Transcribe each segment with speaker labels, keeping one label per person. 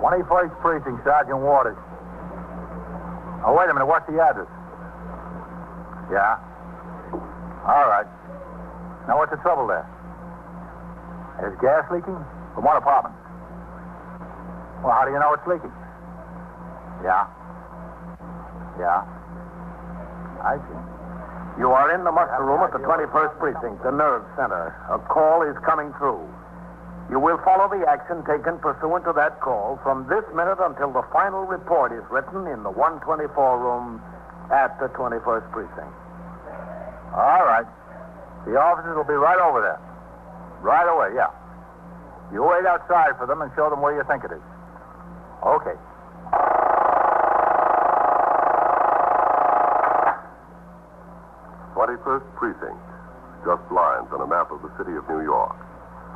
Speaker 1: 21st Precinct, Sergeant Waters. Oh, wait a minute. What's the address? Yeah. All right. Now, what's the trouble there? There's gas leaking from one apartment. Well, how do you know it's leaking? Yeah. Yeah. I see.
Speaker 2: You are in the muster room at the 21st Precinct, the nerve center. A call is coming through. You will follow the action taken pursuant to that call from this minute until the final report is written in the 124 room at the 21st Precinct.
Speaker 1: All right. The officers will be right over there. Right away, yeah. You wait outside for them and show them where you think it is. Okay.
Speaker 3: Twenty-first precinct, just lines on a map of the city of New York.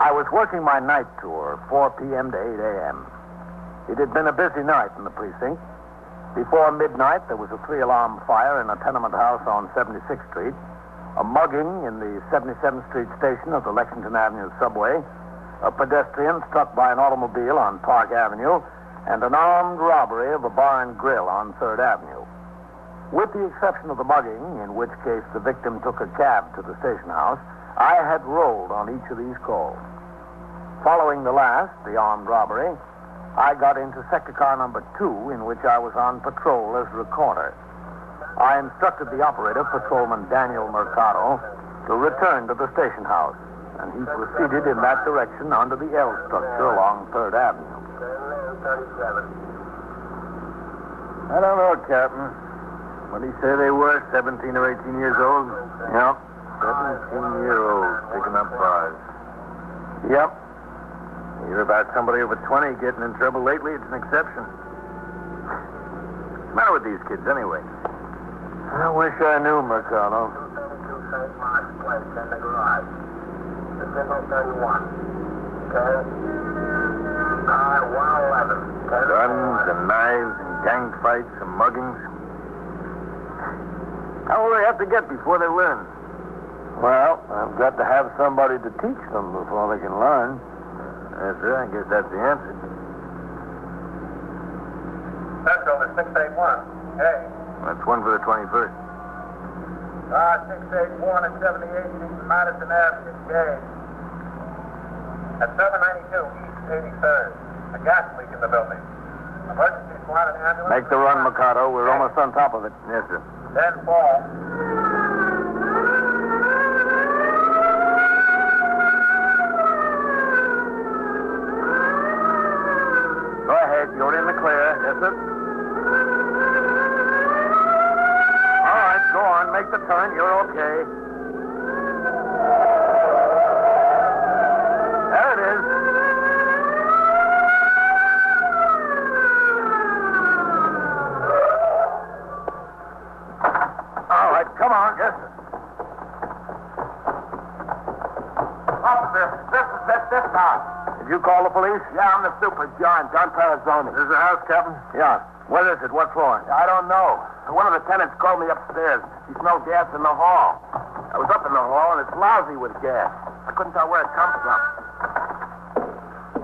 Speaker 2: I was working my night tour, 4 p.m. to 8 a.m. It had been a busy night in the precinct. Before midnight, there was a three alarm fire in a tenement house on 76th Street, a mugging in the 77th Street station of the Lexington Avenue subway, a pedestrian struck by an automobile on Park Avenue, and an armed robbery of a bar and grill on 3rd Avenue. With the exception of the mugging, in which case the victim took a cab to the station house, I had rolled on each of these calls. Following the last, the armed robbery, I got into sector car number two, in which I was on patrol as recorder. I instructed the operator, patrolman Daniel Mercado, to return to the station house, and he proceeded in that direction under the L structure along 3rd Avenue.
Speaker 4: I don't know, Captain. What do you say they were? 17 or 18 years old?
Speaker 2: Yep.
Speaker 4: 17 year olds picking up bars.
Speaker 2: Yep.
Speaker 4: You hear about somebody over 20 getting in trouble lately? It's an exception. What's the matter with these kids, anyway?
Speaker 2: I wish I knew, Mercado.
Speaker 4: Guns and knives and gang fights and muggings. How will they have to get before they learn?
Speaker 2: Well, I've got to have somebody to teach them before they can learn.
Speaker 4: That's right. I guess that's the answer.
Speaker 5: Central to 681. Hey.
Speaker 4: That's one for the 21st.
Speaker 5: Uh, 681 and 78 East Madison Avenue. Yay. At 792 East 83rd. A gas leak in the building. Emergency squad and ambulance.
Speaker 2: Make the run, Mikado. We're almost on top of it.
Speaker 4: Yes, sir.
Speaker 5: Then fall.
Speaker 4: Go ahead. You're in the clear. Yes, sir. All right. Go on. Make the turn. You're okay. There it is. All right. Come on. Yes, sir.
Speaker 5: Officer, this is this, this house.
Speaker 2: Did you call the police?
Speaker 5: Yeah, I'm the super, John. John Parazzoni.
Speaker 4: This is the house, Captain.
Speaker 2: Yeah. What is it? What floor?
Speaker 5: I don't know. One of the tenants called me upstairs. He smelled gas in the hall. I was up in the hall, and it's lousy with gas. I couldn't tell where it comes from.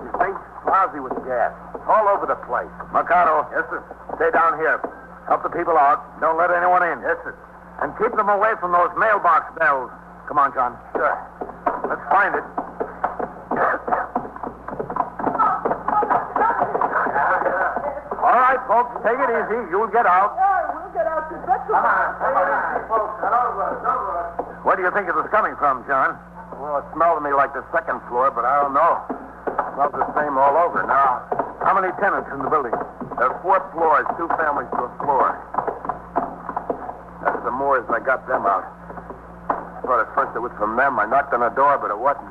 Speaker 5: You see? Lousy with gas. All over the place.
Speaker 2: Mikado,
Speaker 4: Yes, sir.
Speaker 2: stay down here. Help the people out. Don't let anyone in.
Speaker 4: Yes, sir.
Speaker 2: And keep them away from those mailbox bells. Come on, John.
Speaker 4: Sure.
Speaker 2: Let's find it. All right, folks, take it easy. You'll get out.
Speaker 5: Come on, come on. Folks, don't rush, don't rush.
Speaker 2: Where do you think it was coming from, John?
Speaker 4: Well, it smelled to me like the second floor, but I don't know. Smells the same all over. Now,
Speaker 2: How many tenants in the building?
Speaker 4: there are four floors, two families to a floor. That's the Moors. I got them out. I thought at first it was from them. I knocked on the door, but it wasn't.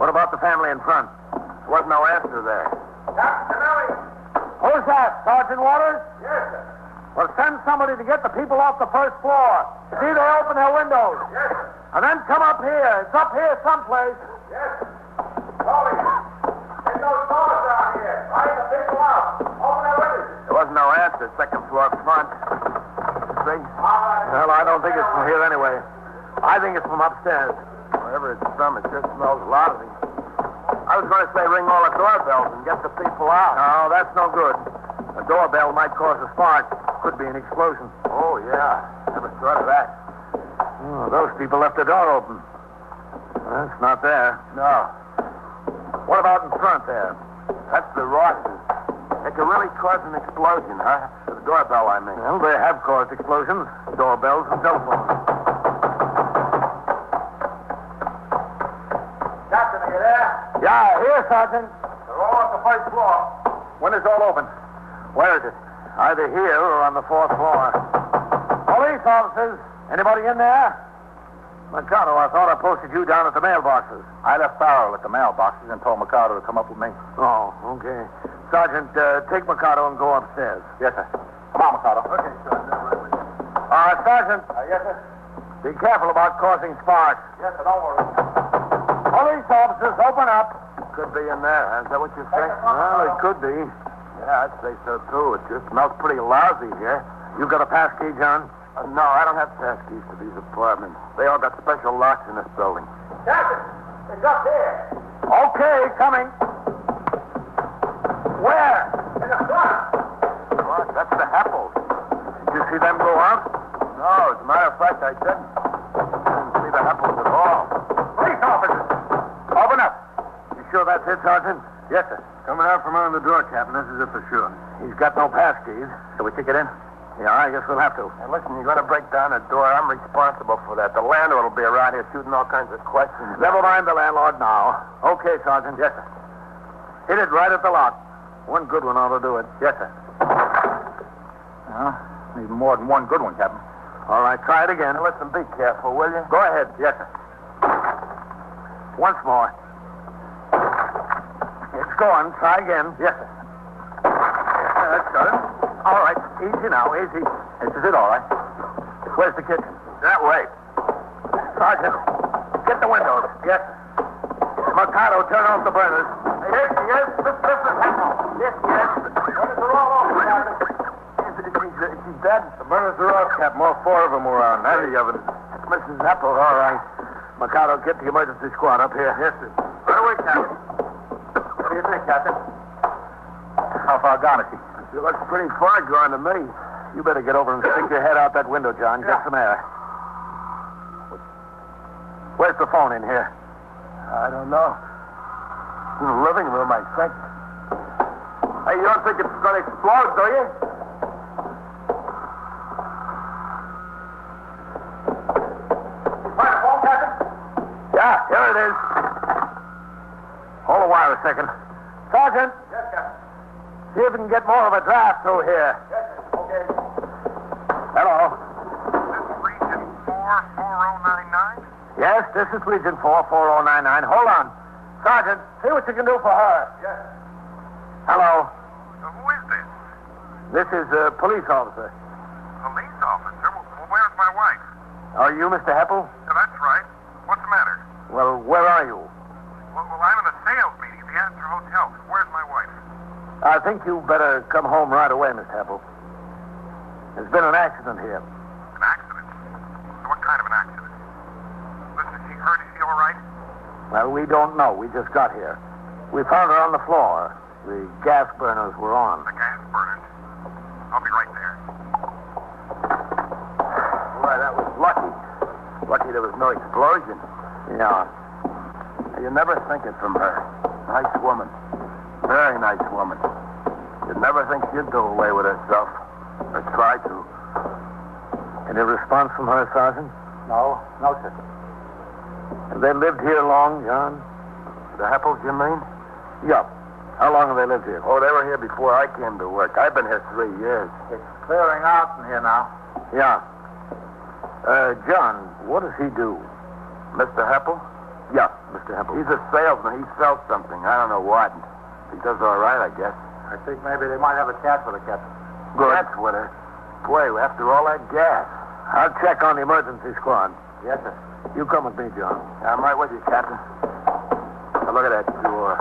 Speaker 2: What about the family in front?
Speaker 4: There wasn't no answer there.
Speaker 5: Captain Canelli.
Speaker 2: Who's that, Sergeant Waters?
Speaker 6: Yes, sir.
Speaker 2: Well, send somebody to get the people off the first floor. See they open their windows.
Speaker 6: Yes, sir.
Speaker 2: And then come up here. It's up here someplace.
Speaker 6: Yes, sir. Tony, there's no doors down here. Light the people out. Open their windows.
Speaker 4: There wasn't no answer. Second floor front. See?
Speaker 6: All right.
Speaker 4: Well, I don't think it's from here anyway. I think it's from upstairs. Wherever it's from, it just smells lousy. I was going to say ring all the doorbells and get the people out. No, that's no good. A doorbell might cause a spark. Could be an explosion. Oh, yeah. Never thought of that.
Speaker 2: Oh, those people left the door open. Well, it's not there.
Speaker 4: No. What about in front there? That's the Rosses. They could really cause an explosion, huh? The doorbell, I mean.
Speaker 2: Well, they have caused explosions, doorbells, and telephones.
Speaker 6: Captain, are you there?
Speaker 2: Yeah, here, Sergeant.
Speaker 6: They're all at the first floor.
Speaker 2: When is all open? Where is it? Either here or on the fourth floor. Police officers, anybody in there? Mercado, I thought I posted you down at the mailboxes.
Speaker 1: I left Farrell at the mailboxes and told Mikado to come up with me.
Speaker 2: Oh, okay. Sergeant, uh, take Mercado and go upstairs.
Speaker 1: Yes, sir. Come on, Mikado.
Speaker 6: Okay, sir. They're right with you.
Speaker 2: Uh, Sergeant,
Speaker 6: Uh, yes, sir.
Speaker 2: be careful about causing sparks.
Speaker 6: Yes, sir. Don't worry.
Speaker 2: Police officers, open up.
Speaker 4: Could be in there. Is that what you
Speaker 6: Take
Speaker 4: think?
Speaker 6: the front
Speaker 2: Well, it
Speaker 6: door.
Speaker 2: could be.
Speaker 4: Yeah, I'd say so too. It just smells pretty lousy here.
Speaker 2: You got a pass key, John?
Speaker 4: Uh, no, I don't have pass keys to these apartments. They all got special locks in this building.
Speaker 6: Captain, it's up here.
Speaker 2: Okay, coming. Where?
Speaker 6: In the front.
Speaker 4: Look, that's the Apples.
Speaker 2: Did you see them go out?
Speaker 4: No, as a matter of fact, I didn't. Didn't see the Apples at all.
Speaker 2: Police officers, open up. You sure that's it, Sergeant?
Speaker 1: Yes, sir. Coming out from under the door, Captain. This is it for sure.
Speaker 2: He's got no pass keys.
Speaker 1: Shall we kick it in?
Speaker 2: Yeah, I guess we'll have to.
Speaker 4: Hey, listen, you got to break down a door. I'm responsible for that. The landlord will be around here shooting all kinds of questions.
Speaker 2: Never mind the landlord now. Okay, Sergeant. Yes, sir. Hit it right at the lock. One good one ought to do it.
Speaker 1: Yes, sir. Well, need more than one good one, Captain.
Speaker 2: All right, try it again.
Speaker 4: Now, listen, be careful, will you?
Speaker 2: Go ahead. Yes, sir. Once more. It's going. Try again. Yes, sir. Yeah, that's got it. Uh, All right. Easy now. Easy.
Speaker 1: This is it, all right.
Speaker 2: Where's the kitchen?
Speaker 4: That way.
Speaker 2: Sergeant, get the windows. Yes, sir. Mercado, turn off the burners.
Speaker 4: Yes, yes, this, this is Apple. Yes, yes.
Speaker 6: What is the wrong officer, Captain?
Speaker 4: She's, she's, she's dead.
Speaker 1: The burners are off, Captain. All four of them were on. None of the others.
Speaker 4: Mrs. Apple, all right.
Speaker 2: Mercado, get the emergency squad up here. Yes, sir.
Speaker 4: Right away, Captain.
Speaker 1: What do you think, Captain? How far gone is he?
Speaker 4: She looks pretty far gone to me.
Speaker 2: You better get over and stick your head out that window, John. Get some air. Where's the phone in here?
Speaker 4: I don't know. In the living room, I think. Hey, you don't think it's going to explode, do you?
Speaker 6: Find a phone, Captain?
Speaker 2: Yeah, here it is. Hold the wire a second. Sergeant,
Speaker 6: Yes, Captain.
Speaker 2: see if we can get more of a draft through here.
Speaker 6: Yes, sir. Okay.
Speaker 2: Hello.
Speaker 5: Region 4, 4099.
Speaker 2: Yes, this is Legion 44099. oh, Hold on. Sergeant, see what you can do for her.
Speaker 6: Yes.
Speaker 2: Hello.
Speaker 5: Uh, who is this?
Speaker 2: This is a police officer.
Speaker 5: Police officer? Well, where's my wife?
Speaker 2: Are you Mr. Heppel?
Speaker 5: Yeah, that's right. What's the matter?
Speaker 2: Well, where are you?
Speaker 5: Well, well, I'm in a sales meeting at the Astor Hotel. Where's my wife?
Speaker 2: I think you better come home right away, Miss Heppel. There's been an accident here.
Speaker 5: An accident. What kind of an accident? Listen, is she hurt? Is she all right?
Speaker 2: Well, we don't know. We just got here. We found her on the floor. The gas burners were on.
Speaker 5: The gas burners. I'll be right there.
Speaker 4: Boy, that was lucky. Lucky there was no explosion.
Speaker 2: Yeah.
Speaker 4: You never think it from her. Nice woman. Very nice woman. You'd never think she'd do away with herself. Or try to.
Speaker 2: Any response from her, Sergeant?
Speaker 1: No, no, sir.
Speaker 2: Have they lived here long, John?
Speaker 4: The Heppels, you mean?
Speaker 2: Yup. How long have they lived here?
Speaker 4: Oh, they were here before I came to work. I've been here three years.
Speaker 1: It's clearing out in here now.
Speaker 2: Yeah. Uh, John, what does he do?
Speaker 4: Mr. Heppel?
Speaker 2: Yeah, Mr. Hempel.
Speaker 4: He's a salesman. He sells something. I don't know what. He does all right, I guess.
Speaker 2: I
Speaker 1: I think maybe they might have a chance with the captain.
Speaker 2: Good.
Speaker 4: That's what it. Boy, after all that gas.
Speaker 2: I'll check on the emergency squad.
Speaker 4: Yes, sir.
Speaker 2: You come with me, John.
Speaker 4: I'm right with you, Captain. Now, look at that door.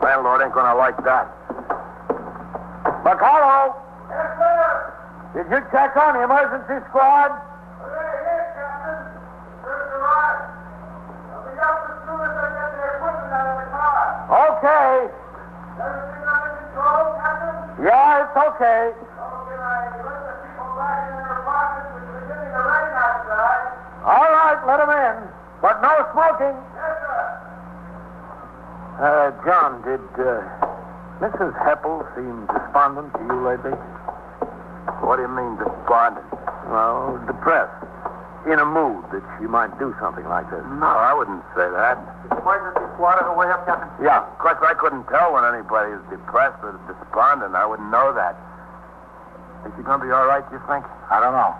Speaker 4: Landlord ain't gonna like that.
Speaker 2: McCullough,
Speaker 6: Yes, sir.
Speaker 2: did you check on the emergency squad?
Speaker 6: They're here, Captain. Just arrived. They'll be up as soon as they get their equipment out of the car.
Speaker 2: Okay.
Speaker 6: Everything under control, Captain?
Speaker 2: Yeah, it's okay.
Speaker 6: Okay, I let the people back in their apartments. It's beginning to rain outside.
Speaker 2: All right, let him in. But no smoking.
Speaker 6: Yes, sir.
Speaker 2: Uh, John, did uh, Mrs. Heppel seem despondent to you lately?
Speaker 4: What do you mean, despondent?
Speaker 2: Well, depressed. In a mood that she might do something like this.
Speaker 4: No, I wouldn't say that.
Speaker 6: Emergency squad on the way up, Captain.
Speaker 2: Yeah.
Speaker 4: Of course, I couldn't tell when anybody is depressed or despondent. I wouldn't know that. Is she gonna be all right, you think?
Speaker 1: I don't know.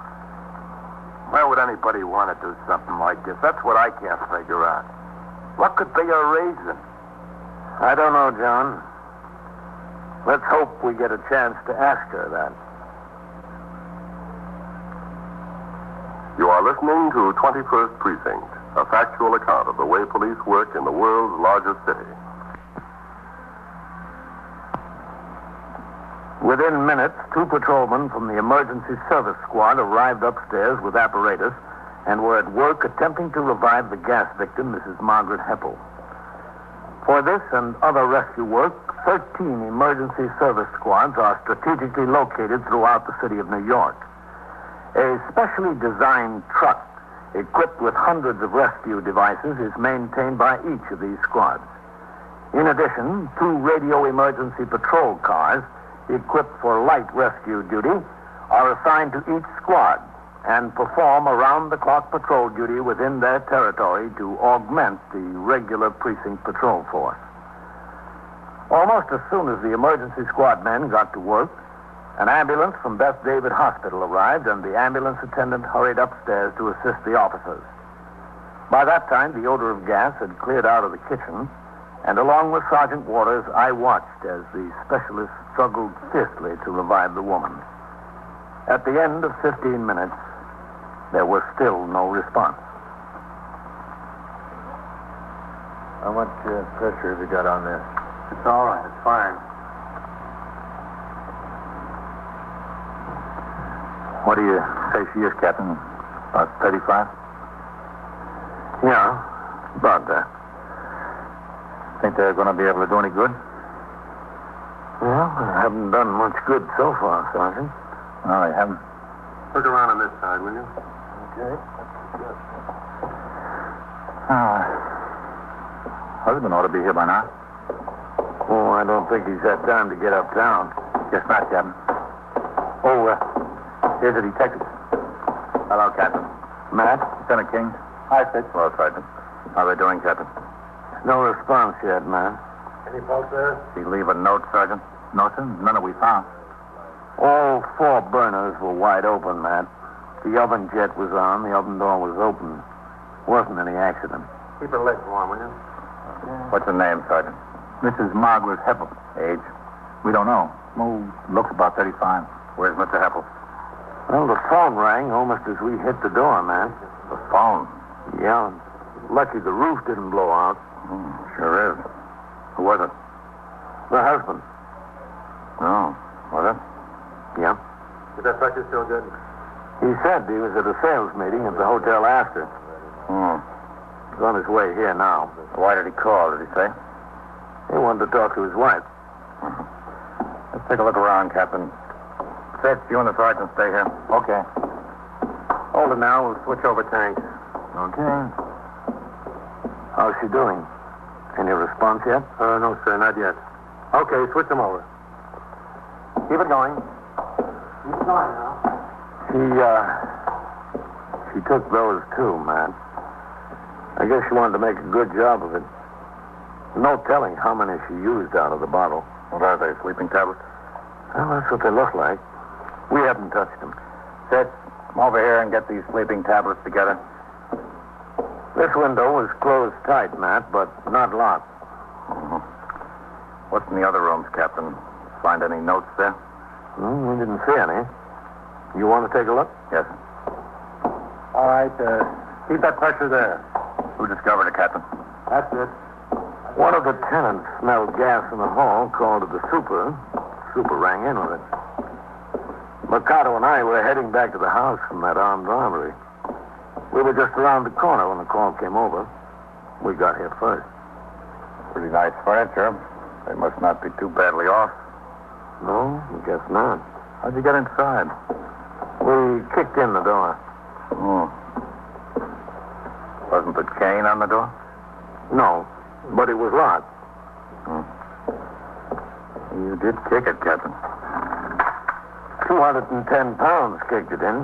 Speaker 4: Why would anybody want to do something like this? That's what I can't figure out. What could be a reason?
Speaker 2: I don't know, John. Let's hope we get a chance to ask her that.
Speaker 3: You are listening to 21st Precinct, a factual account of the way police work in the world's largest city.
Speaker 2: Within minutes, two patrolmen from the emergency service squad arrived upstairs with apparatus and were at work attempting to revive the gas victim, Mrs. Margaret Heppel. For this and other rescue work, 13 emergency service squads are strategically located throughout the city of New York. A specially designed truck equipped with hundreds of rescue devices is maintained by each of these squads. In addition, two radio emergency patrol cars equipped for light rescue duty are assigned to each squad and perform around the clock patrol duty within their territory to augment the regular precinct patrol force. Almost as soon as the emergency squad men got to work, an ambulance from Beth David Hospital arrived and the ambulance attendant hurried upstairs to assist the officers. By that time, the odor of gas had cleared out of the kitchen and along with Sergeant Waters, I watched as the specialist struggled fiercely to revive the woman. At the end of 15 minutes, there was still no response.
Speaker 1: How much uh, pressure have you got on this?
Speaker 5: It's all right. It's fine.
Speaker 1: What do you say she is, Captain? About 35?
Speaker 2: Yeah, about that.
Speaker 1: Think they're going to be able to do any good?
Speaker 2: Well, I haven't done much good so far, Sergeant.
Speaker 1: No, they haven't.
Speaker 5: Look around on this side, will you?
Speaker 1: Ah. husband ought to be here by now.
Speaker 2: Oh, I don't think he's had time to get uptown.
Speaker 1: Guess not, Captain.
Speaker 2: Oh, uh,
Speaker 1: Here's a detective. Hello, Captain.
Speaker 2: Matt?
Speaker 1: Lieutenant King. Hi, Fitz. Hello, Sergeant. How are they doing, Captain?
Speaker 2: No response yet, Matt.
Speaker 5: Any fault there?
Speaker 1: Did he leave a note, Sergeant? No, sir. None that we found.
Speaker 2: All four burners were wide open, Matt. The oven jet was on, the oven door was open. Wasn't any accident.
Speaker 5: Keep her legs warm, will you?
Speaker 1: What's her name, Sergeant? Mrs. Margaret Heppel. Age? We don't know. Oh, looks about 35. Where's Mr. Heppel?
Speaker 2: Well, the phone rang almost as we hit the door, Matt.
Speaker 1: The phone.
Speaker 2: Yeah. Lucky the roof didn't blow out.
Speaker 1: Sure is. Hmm, Who was it?
Speaker 2: The husband.
Speaker 1: No. Was it?
Speaker 2: Yeah.
Speaker 5: Is that pressure still good?
Speaker 2: He said he was at a sales meeting at the hotel after.
Speaker 1: Hmm.
Speaker 2: He's on his way here now.
Speaker 1: Why did he call? Did he say?
Speaker 2: He wanted to talk to his wife.
Speaker 1: Let's take a look around, Captain. Fitz, you and the sergeant stay here. Okay.
Speaker 5: Hold it now. We'll switch over tanks.
Speaker 1: Okay.
Speaker 2: How's she doing? Any response yet?
Speaker 5: Uh, no, sir, not yet. Okay, switch them over. Keep it going. Keep it going now.
Speaker 2: She, uh, she took those too, man. I guess she wanted to make a good job of it. No telling how many she used out of the bottle.
Speaker 1: What are they, sleeping tablets?
Speaker 2: Well, that's what they look like. We haven't touched them.
Speaker 1: Fitz, come over here and get these sleeping tablets together.
Speaker 2: This window was closed tight, Matt, but not locked.
Speaker 1: Mm-hmm. What's in the other rooms, Captain? Find any notes there?
Speaker 2: Mm, we didn't see any. You want to take a look?
Speaker 1: Yes.
Speaker 2: All right. Uh, keep that pressure there.
Speaker 1: Who discovered it, Captain?
Speaker 2: That's it. One of the tenants smelled gas in the hall, called to the super. Super rang in with it. Mercado and I were heading back to the house from that armed robbery. We were just around the corner when the call came over. We got here first.
Speaker 1: Pretty nice furniture. They must not be too badly off.
Speaker 2: No, I guess not.
Speaker 1: How'd you get inside?
Speaker 2: We kicked in the door.
Speaker 1: Oh. Wasn't the chain on the door?
Speaker 2: No, but it was locked.
Speaker 1: You did kick it, Captain.
Speaker 2: 210 pounds kicked it in.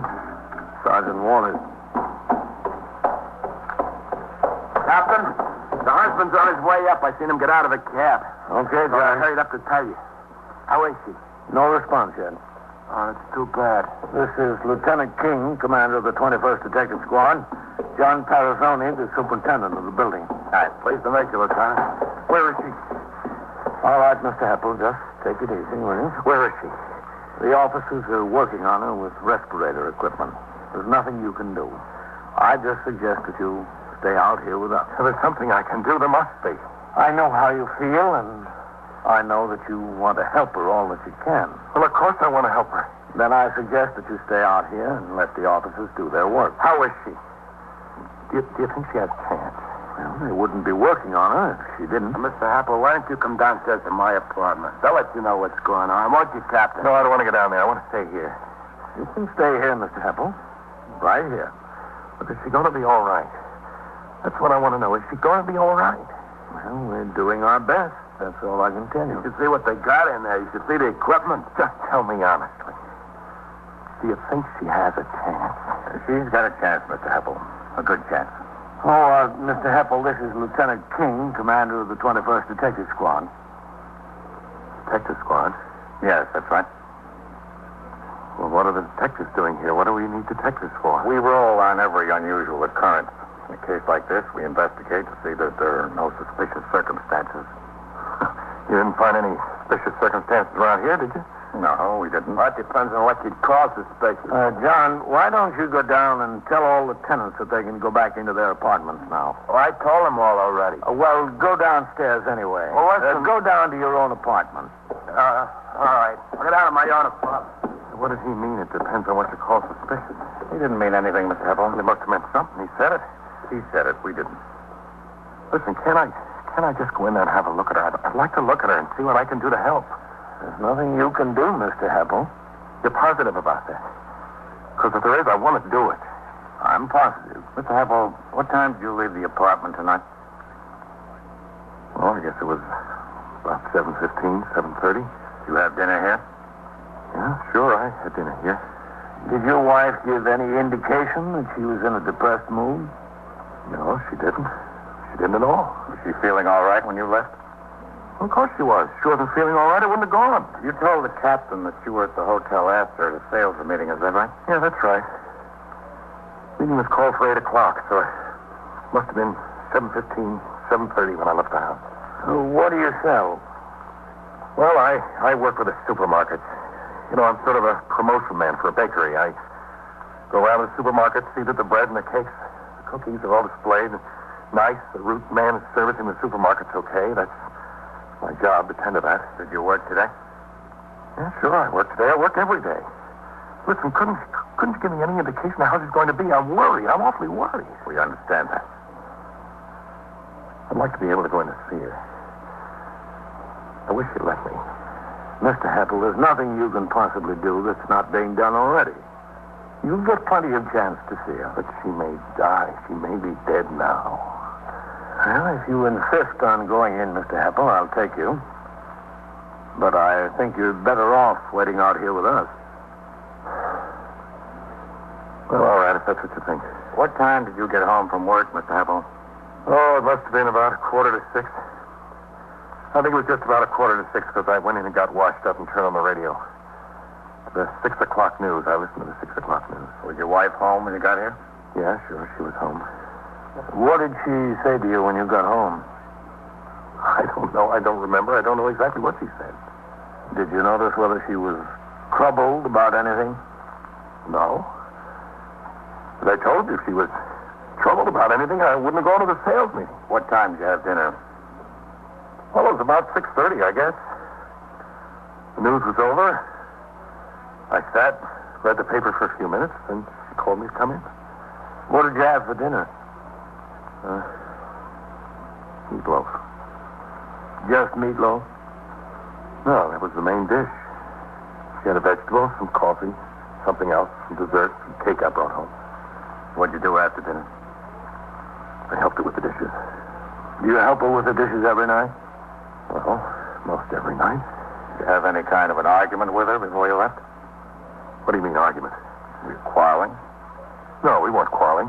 Speaker 2: Sergeant Waters.
Speaker 5: Captain, the husband's on his way up. I seen him get out of a cab.
Speaker 2: Okay,
Speaker 5: So I
Speaker 2: John.
Speaker 5: hurried up to tell you. How is she?
Speaker 2: No response yet.
Speaker 5: Oh, it's too bad.
Speaker 2: This is Lieutenant King, commander of the 21st Detective Squad. John Parazzoni, the superintendent of the building.
Speaker 1: Hi. Pleased to make you, Lieutenant.
Speaker 5: Where is she?
Speaker 2: All right, Mr. Heppel, just take it easy, will you?
Speaker 5: Where is she?
Speaker 2: The officers are working on her with respirator equipment. There's nothing you can do. I just suggest that you stay out here with us.
Speaker 5: There's something I can do. There must be.
Speaker 2: I know how you feel, and I know that you want to help her all that you can.
Speaker 5: Well, of course I want to help her.
Speaker 2: Then I suggest that you stay out here and let the officers do their work.
Speaker 5: How is she? Do you, do you think she has a chance?
Speaker 2: Well, they wouldn't be working on her if she didn't.
Speaker 5: Mr. Happel, why don't you come downstairs to my apartment? They'll let you know what's going on, won't you, Captain?
Speaker 1: No, I don't want to get down there. I want to stay here.
Speaker 2: You can stay here, Mr. Heppel. Right here.
Speaker 1: But is she going to be all right? That's what I want to know. Is she going to be all right?
Speaker 2: Well, we're doing our best. That's all I can tell you.
Speaker 5: You should see what they got in there. You should see the equipment.
Speaker 1: Just tell me honestly.
Speaker 5: Do you think she has a chance?
Speaker 1: She's got a chance, Mr. Heppel. A good chance.
Speaker 2: Oh, uh, Mr. Heppel, this is Lieutenant King, commander of the 21st Detective Squad.
Speaker 1: Detective squad? Yes, that's right. Well, what are the detectives doing here? What do we need detectives for? We roll on every unusual occurrence. In a case like this, we investigate to see that there are no suspicious circumstances. you didn't find any suspicious circumstances around here, did you? No, we didn't.
Speaker 5: Well, it depends on what you'd call suspicious.
Speaker 2: Uh, John, why don't you go down and tell all the tenants that they can go back into their apartments now?
Speaker 5: Oh, I told them all already.
Speaker 2: Uh, well, go downstairs anyway.
Speaker 5: Well,
Speaker 2: Uh,
Speaker 5: listen-
Speaker 2: go down to your own apartment.
Speaker 5: Uh, all right. I'll get out of my own apartment.
Speaker 1: What does he mean? It depends on what you call suspicious. He didn't mean anything, Mr. Heppel. It must have meant something. He said it. He said it. We didn't. Listen, can I can I just go in there and have a look at her? I'd, I'd like to look at her and see what I can do to help.
Speaker 2: There's nothing you can do, Mr. Heppel.
Speaker 1: You're positive about that? Because if there is, I want to do it.
Speaker 2: I'm positive.
Speaker 1: Mr. Heppel, what time did you leave the apartment tonight? Well, I guess it was about 7.15, 7.30. You have dinner here? Yeah, sure. I had dinner here.
Speaker 2: Did your wife give any indication that she was in a depressed mood?
Speaker 1: No, she didn't. She didn't at all. Was she feeling all right when you left? Of course she was. She wasn't feeling all right. I wouldn't have gone. You told the captain that you were at the hotel after the sales meeting. Is that right? Yeah, that's right. Meeting was called for eight o'clock, so it must have been seven fifteen, seven thirty when I left the house.
Speaker 2: Uh, what do you sell?
Speaker 1: Well, I, I work with a supermarket. You know, I'm sort of a promotion man for a bakery. I go around to the supermarket, see that the bread and the cakes, the cookies are all displayed. Nice. The root man is servicing the supermarket's okay. That's my job to tend to that. Did you work today? Yeah, sure. I work today. I work every day. Listen, couldn't couldn't you give me any indication of how this is going to be? I'm worried. I'm awfully worried. We understand that. I'd like to be able to go in and see her. I wish she'd let me.
Speaker 2: Mr. Heppel, there's nothing you can possibly do that's not being done already. You'll get plenty of chance to see her.
Speaker 1: But she may die. She may be dead now.
Speaker 2: Well, if you insist on going in, Mr. Heppel, I'll take you. But I think you're better off waiting out here with us.
Speaker 1: Well, all right, if that's what you think.
Speaker 5: What time did you get home from work, Mr. Happel?
Speaker 1: Oh, it must have been about a quarter to six. I think it was just about a quarter to six because I went in and got washed up and turned on the radio. The six o'clock news. I listened to the six o'clock news.
Speaker 5: Was your wife home when you got here?
Speaker 1: Yeah, sure. She was home.
Speaker 2: What did she say to you when you got home?
Speaker 1: I don't know. I don't remember. I don't know exactly what she said.
Speaker 7: Did you notice whether she was troubled about anything?
Speaker 2: No. But I told you if she was troubled about anything, I wouldn't have gone to the sales meeting.
Speaker 7: What time did you have dinner?
Speaker 2: Well, it was about 6.30, I guess. The news was over. I sat, read the paper for a few minutes, then she called me to come in.
Speaker 7: What did you have for dinner?
Speaker 2: Uh, meatloaf.
Speaker 7: Just meatloaf?
Speaker 2: No, that was the main dish. She had a vegetable, some coffee, something else, some dessert, some cake I brought home.
Speaker 7: What'd you do after dinner?
Speaker 2: I helped her with the dishes.
Speaker 7: Do you help her with the dishes every night?
Speaker 2: Well, most every night.
Speaker 7: Did you have any kind of an argument with her before you left?
Speaker 2: What do you mean, argument?
Speaker 7: Were you quarreling?
Speaker 2: No, we weren't quarreling.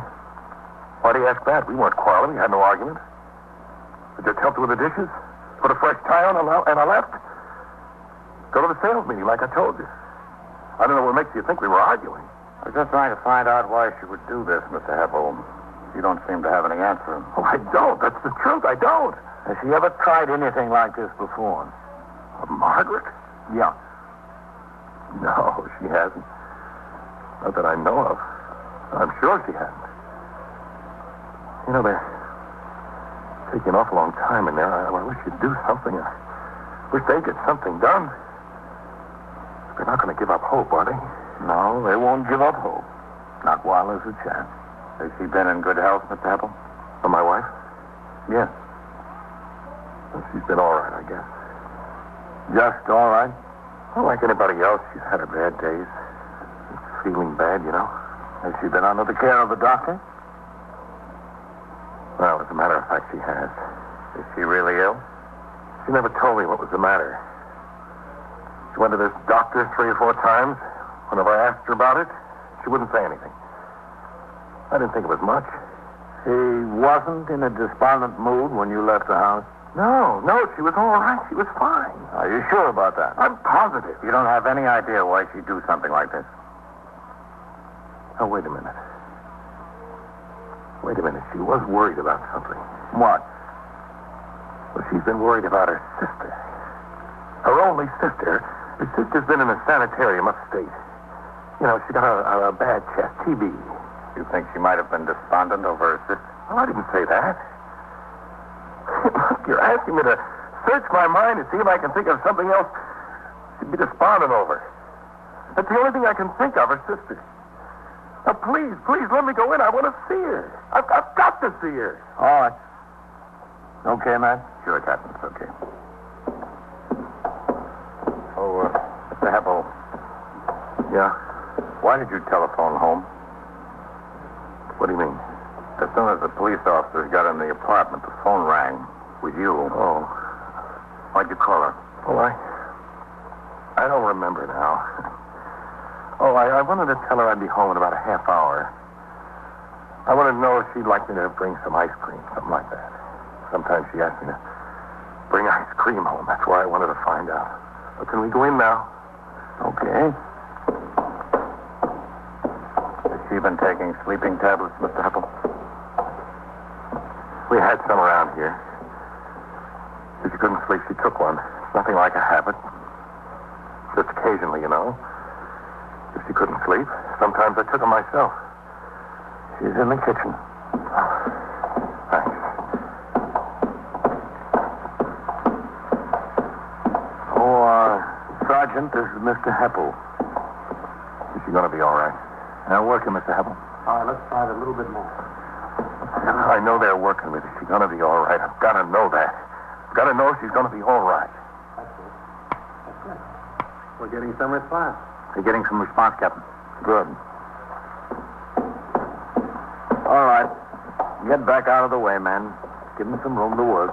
Speaker 2: Why do you ask that? We weren't quarreling. We had no argument. I just helped her with the dishes, put a fresh tie on, and I left. Go to the sales meeting, like I told you. I don't know what makes you think we were arguing.
Speaker 7: I was just trying to find out why she would do this, Mr. Hepple. You don't seem to have any answer.
Speaker 2: Oh, I don't. That's the truth. I don't.
Speaker 7: Has she ever tried anything like this before?
Speaker 2: Uh, Margaret?
Speaker 7: Yeah.
Speaker 2: No, she hasn't. Not that I know of. I'm sure she hasn't. You know, they're taking an awful long time in there. I, I wish you'd do something. I wish they'd get something done. They're not going to give up hope, are they?
Speaker 7: No, they won't give up hope. Not while there's a chance. Has she been in good health, Mr. Apple?
Speaker 2: Oh, my wife?
Speaker 7: Yes.
Speaker 2: Well, she's been all right, I guess.
Speaker 7: Just all right?
Speaker 2: Well, like anybody else, she's had her bad days. She's feeling bad, you know.
Speaker 7: Has she been under the care of the doctor?
Speaker 2: Well, as a matter of fact, she has.
Speaker 7: Is she really ill?
Speaker 2: She never told me what was the matter. She went to this doctor three or four times. Whenever I asked her about it, she wouldn't say anything. I didn't think it was much.
Speaker 7: She wasn't in a despondent mood when you left the house?
Speaker 2: No, no, she was all right. She was fine.
Speaker 7: Are you sure about that?
Speaker 2: I'm positive.
Speaker 7: You don't have any idea why she'd do something like this.
Speaker 2: Now, Oh, wait a minute. Wait a minute. She was worried about something.
Speaker 7: What?
Speaker 2: Well, she's been worried about her sister. Her only sister. Her sister's been in a sanitarium upstate. You know, she got a, a bad chest, TB.
Speaker 7: You think she might have been despondent over her sister?
Speaker 2: Well, I didn't say that. You're asking me to search my mind to see if I can think of something else to be despondent over. That's the only thing I can think of, her sister. Now, Uh, please, please let me go in. I want to see her. I've, I've got to see her.
Speaker 7: All right. Okay, Matt?
Speaker 2: Sure, Captain. It's okay.
Speaker 7: Oh, uh, Mr. Heppel.
Speaker 2: Yeah?
Speaker 7: Why did you telephone home?
Speaker 2: What do you mean?
Speaker 7: As soon as the police officers got in the apartment, the phone rang. With you.
Speaker 2: Oh.
Speaker 7: Why'd you call her?
Speaker 2: Well, I. I don't remember now. Oh, I, I wanted to tell her I'd be home in about a half hour. I wanted to know if she'd like me to bring some ice cream, something like that. Sometimes she asks me to bring ice cream home. That's why I wanted to find out. But can we go in now?
Speaker 7: Okay. Has she been taking sleeping tablets, Mr. Heppel?
Speaker 2: We had some around here. If she couldn't sleep, she took one. It's nothing like a habit. Just occasionally, you know. If she couldn't sleep, sometimes I took them myself.
Speaker 7: She's in the kitchen.
Speaker 2: Thanks.
Speaker 7: Oh, uh, Sergeant, this is Mr. Heppel.
Speaker 2: Is she going to be all right?
Speaker 7: Now, working, Mr. Heppel.
Speaker 3: All right, let's try it a little bit more.
Speaker 2: I know they're working with her. She's going to be all right. I've got to know that. I've got to know she's going to be all right.
Speaker 3: That's it. That's it. We're getting some response.
Speaker 7: They're getting some response, Captain.
Speaker 2: Good.
Speaker 7: All right. Get back out of the way, man. Give them some room to work.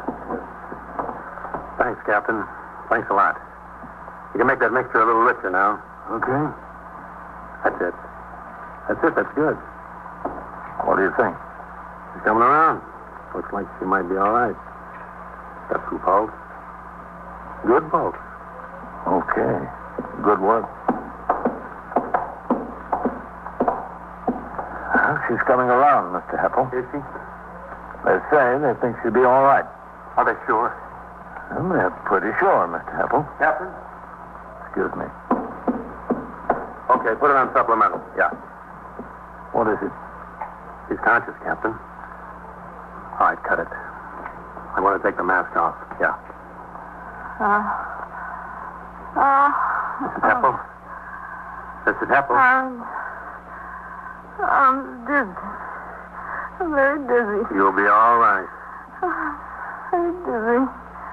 Speaker 3: Thanks, Captain. Thanks a lot. You can make that mixture a little richer now.
Speaker 7: Okay.
Speaker 3: That's it. That's it. That's good.
Speaker 7: What do you think?
Speaker 3: She's coming around. Looks like she might be all right. Got some pulse. Good pulse.
Speaker 7: Okay. Good work. Well, she's coming around, Mr. Heppel.
Speaker 3: Is she?
Speaker 7: They say they think she'll be all right.
Speaker 3: Are they sure?
Speaker 2: Hmm,
Speaker 7: Well, they're pretty sure, Mr. Heppel.
Speaker 3: Captain?
Speaker 2: Excuse me.
Speaker 5: Okay, put it on supplemental.
Speaker 2: Yeah. What is it?
Speaker 5: He's conscious, Captain. All right, cut it. I want to take the mask off.
Speaker 2: Yeah.
Speaker 8: Uh, Oh,
Speaker 5: Mrs. Heppel? Mrs. Heppel?
Speaker 8: I'm. I'm dizzy. I'm very dizzy.
Speaker 5: You'll be all right.
Speaker 8: Very dizzy.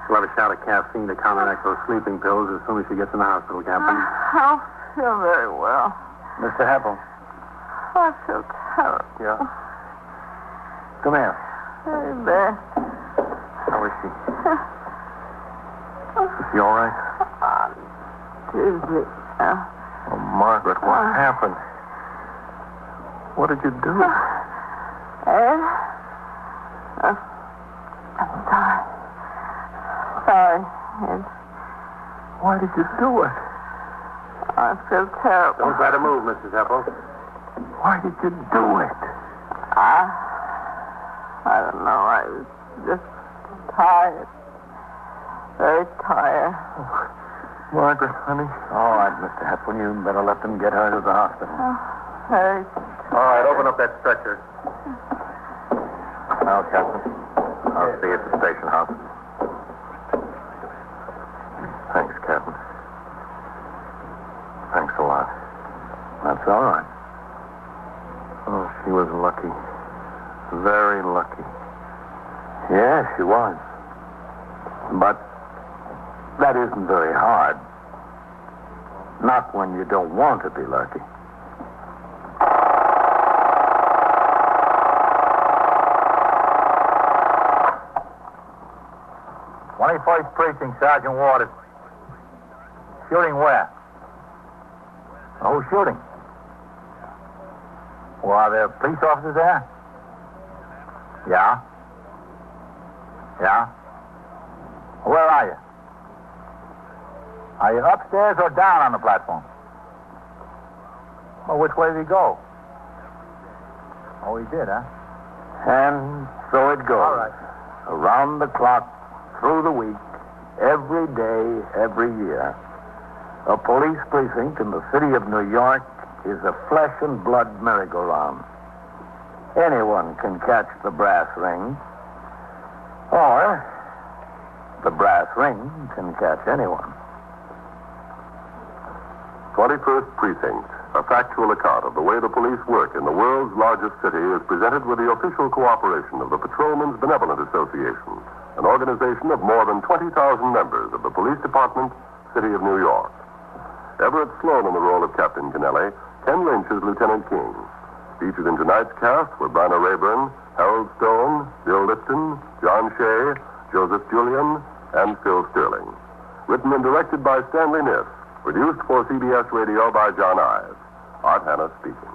Speaker 5: We'll have a shot of caffeine to counteract those sleeping pills as soon as she gets in the hospital, Captain.
Speaker 8: Uh, I don't feel very well.
Speaker 2: Mr. Heppel,
Speaker 8: I feel terrible.
Speaker 2: come here.
Speaker 8: Very bad.
Speaker 2: How is she? is she all right?
Speaker 8: Dizzy. Uh,
Speaker 2: Oh, Margaret, what happened? What did you do?
Speaker 8: Ed? eh? Uh, I'm sorry. Sorry, Ed.
Speaker 2: Why did you do it?
Speaker 8: I feel terrible.
Speaker 5: Don't try to move, Mrs. Heppel.
Speaker 2: Why did you do it?
Speaker 8: I, Ah, I don't know. I was just tired. Very tired.
Speaker 2: Margaret, honey. All right, Mr. Hepburn, you better let them get her to the hospital.
Speaker 8: Very.
Speaker 5: All right, open up that stretcher.
Speaker 2: Now, Captain. I'll see you at the station house. Thanks, Captain. Thanks a lot. That's all right. Oh, she was lucky. Very lucky. Yeah, she was. But that isn't very hard. Not when you don't want to be lucky.
Speaker 1: Twenty-first precinct, Sergeant Waters. Shooting where? Oh, who's shooting? Well, are there police officers there? Yeah. Yeah. Where are you? Are you upstairs or down on the platform? Well, which way did he go? Oh, he did, huh?
Speaker 2: And so it goes. Around the clock, through the week, every day, every year. A police precinct in the city of New York is a flesh and blood merry-go-round. Anyone can catch the brass ring, or the brass ring can catch anyone.
Speaker 3: 21st Precinct, a factual account of the way the police work in the world's largest city is presented with the official cooperation of the Patrolmen's Benevolent Association, an organization of more than 20,000 members of the Police Department, City of New York. Everett Sloan in the role of Captain Kennelly, Ken Lynch as Lieutenant King. Featured in tonight's cast were Bryna Rayburn, Harold Stone, Bill Lipton, John Shea, Joseph Julian, and Phil Sterling. Written and directed by Stanley Niff. Produced for CBS Radio by John Ives. Art Hannah speaking.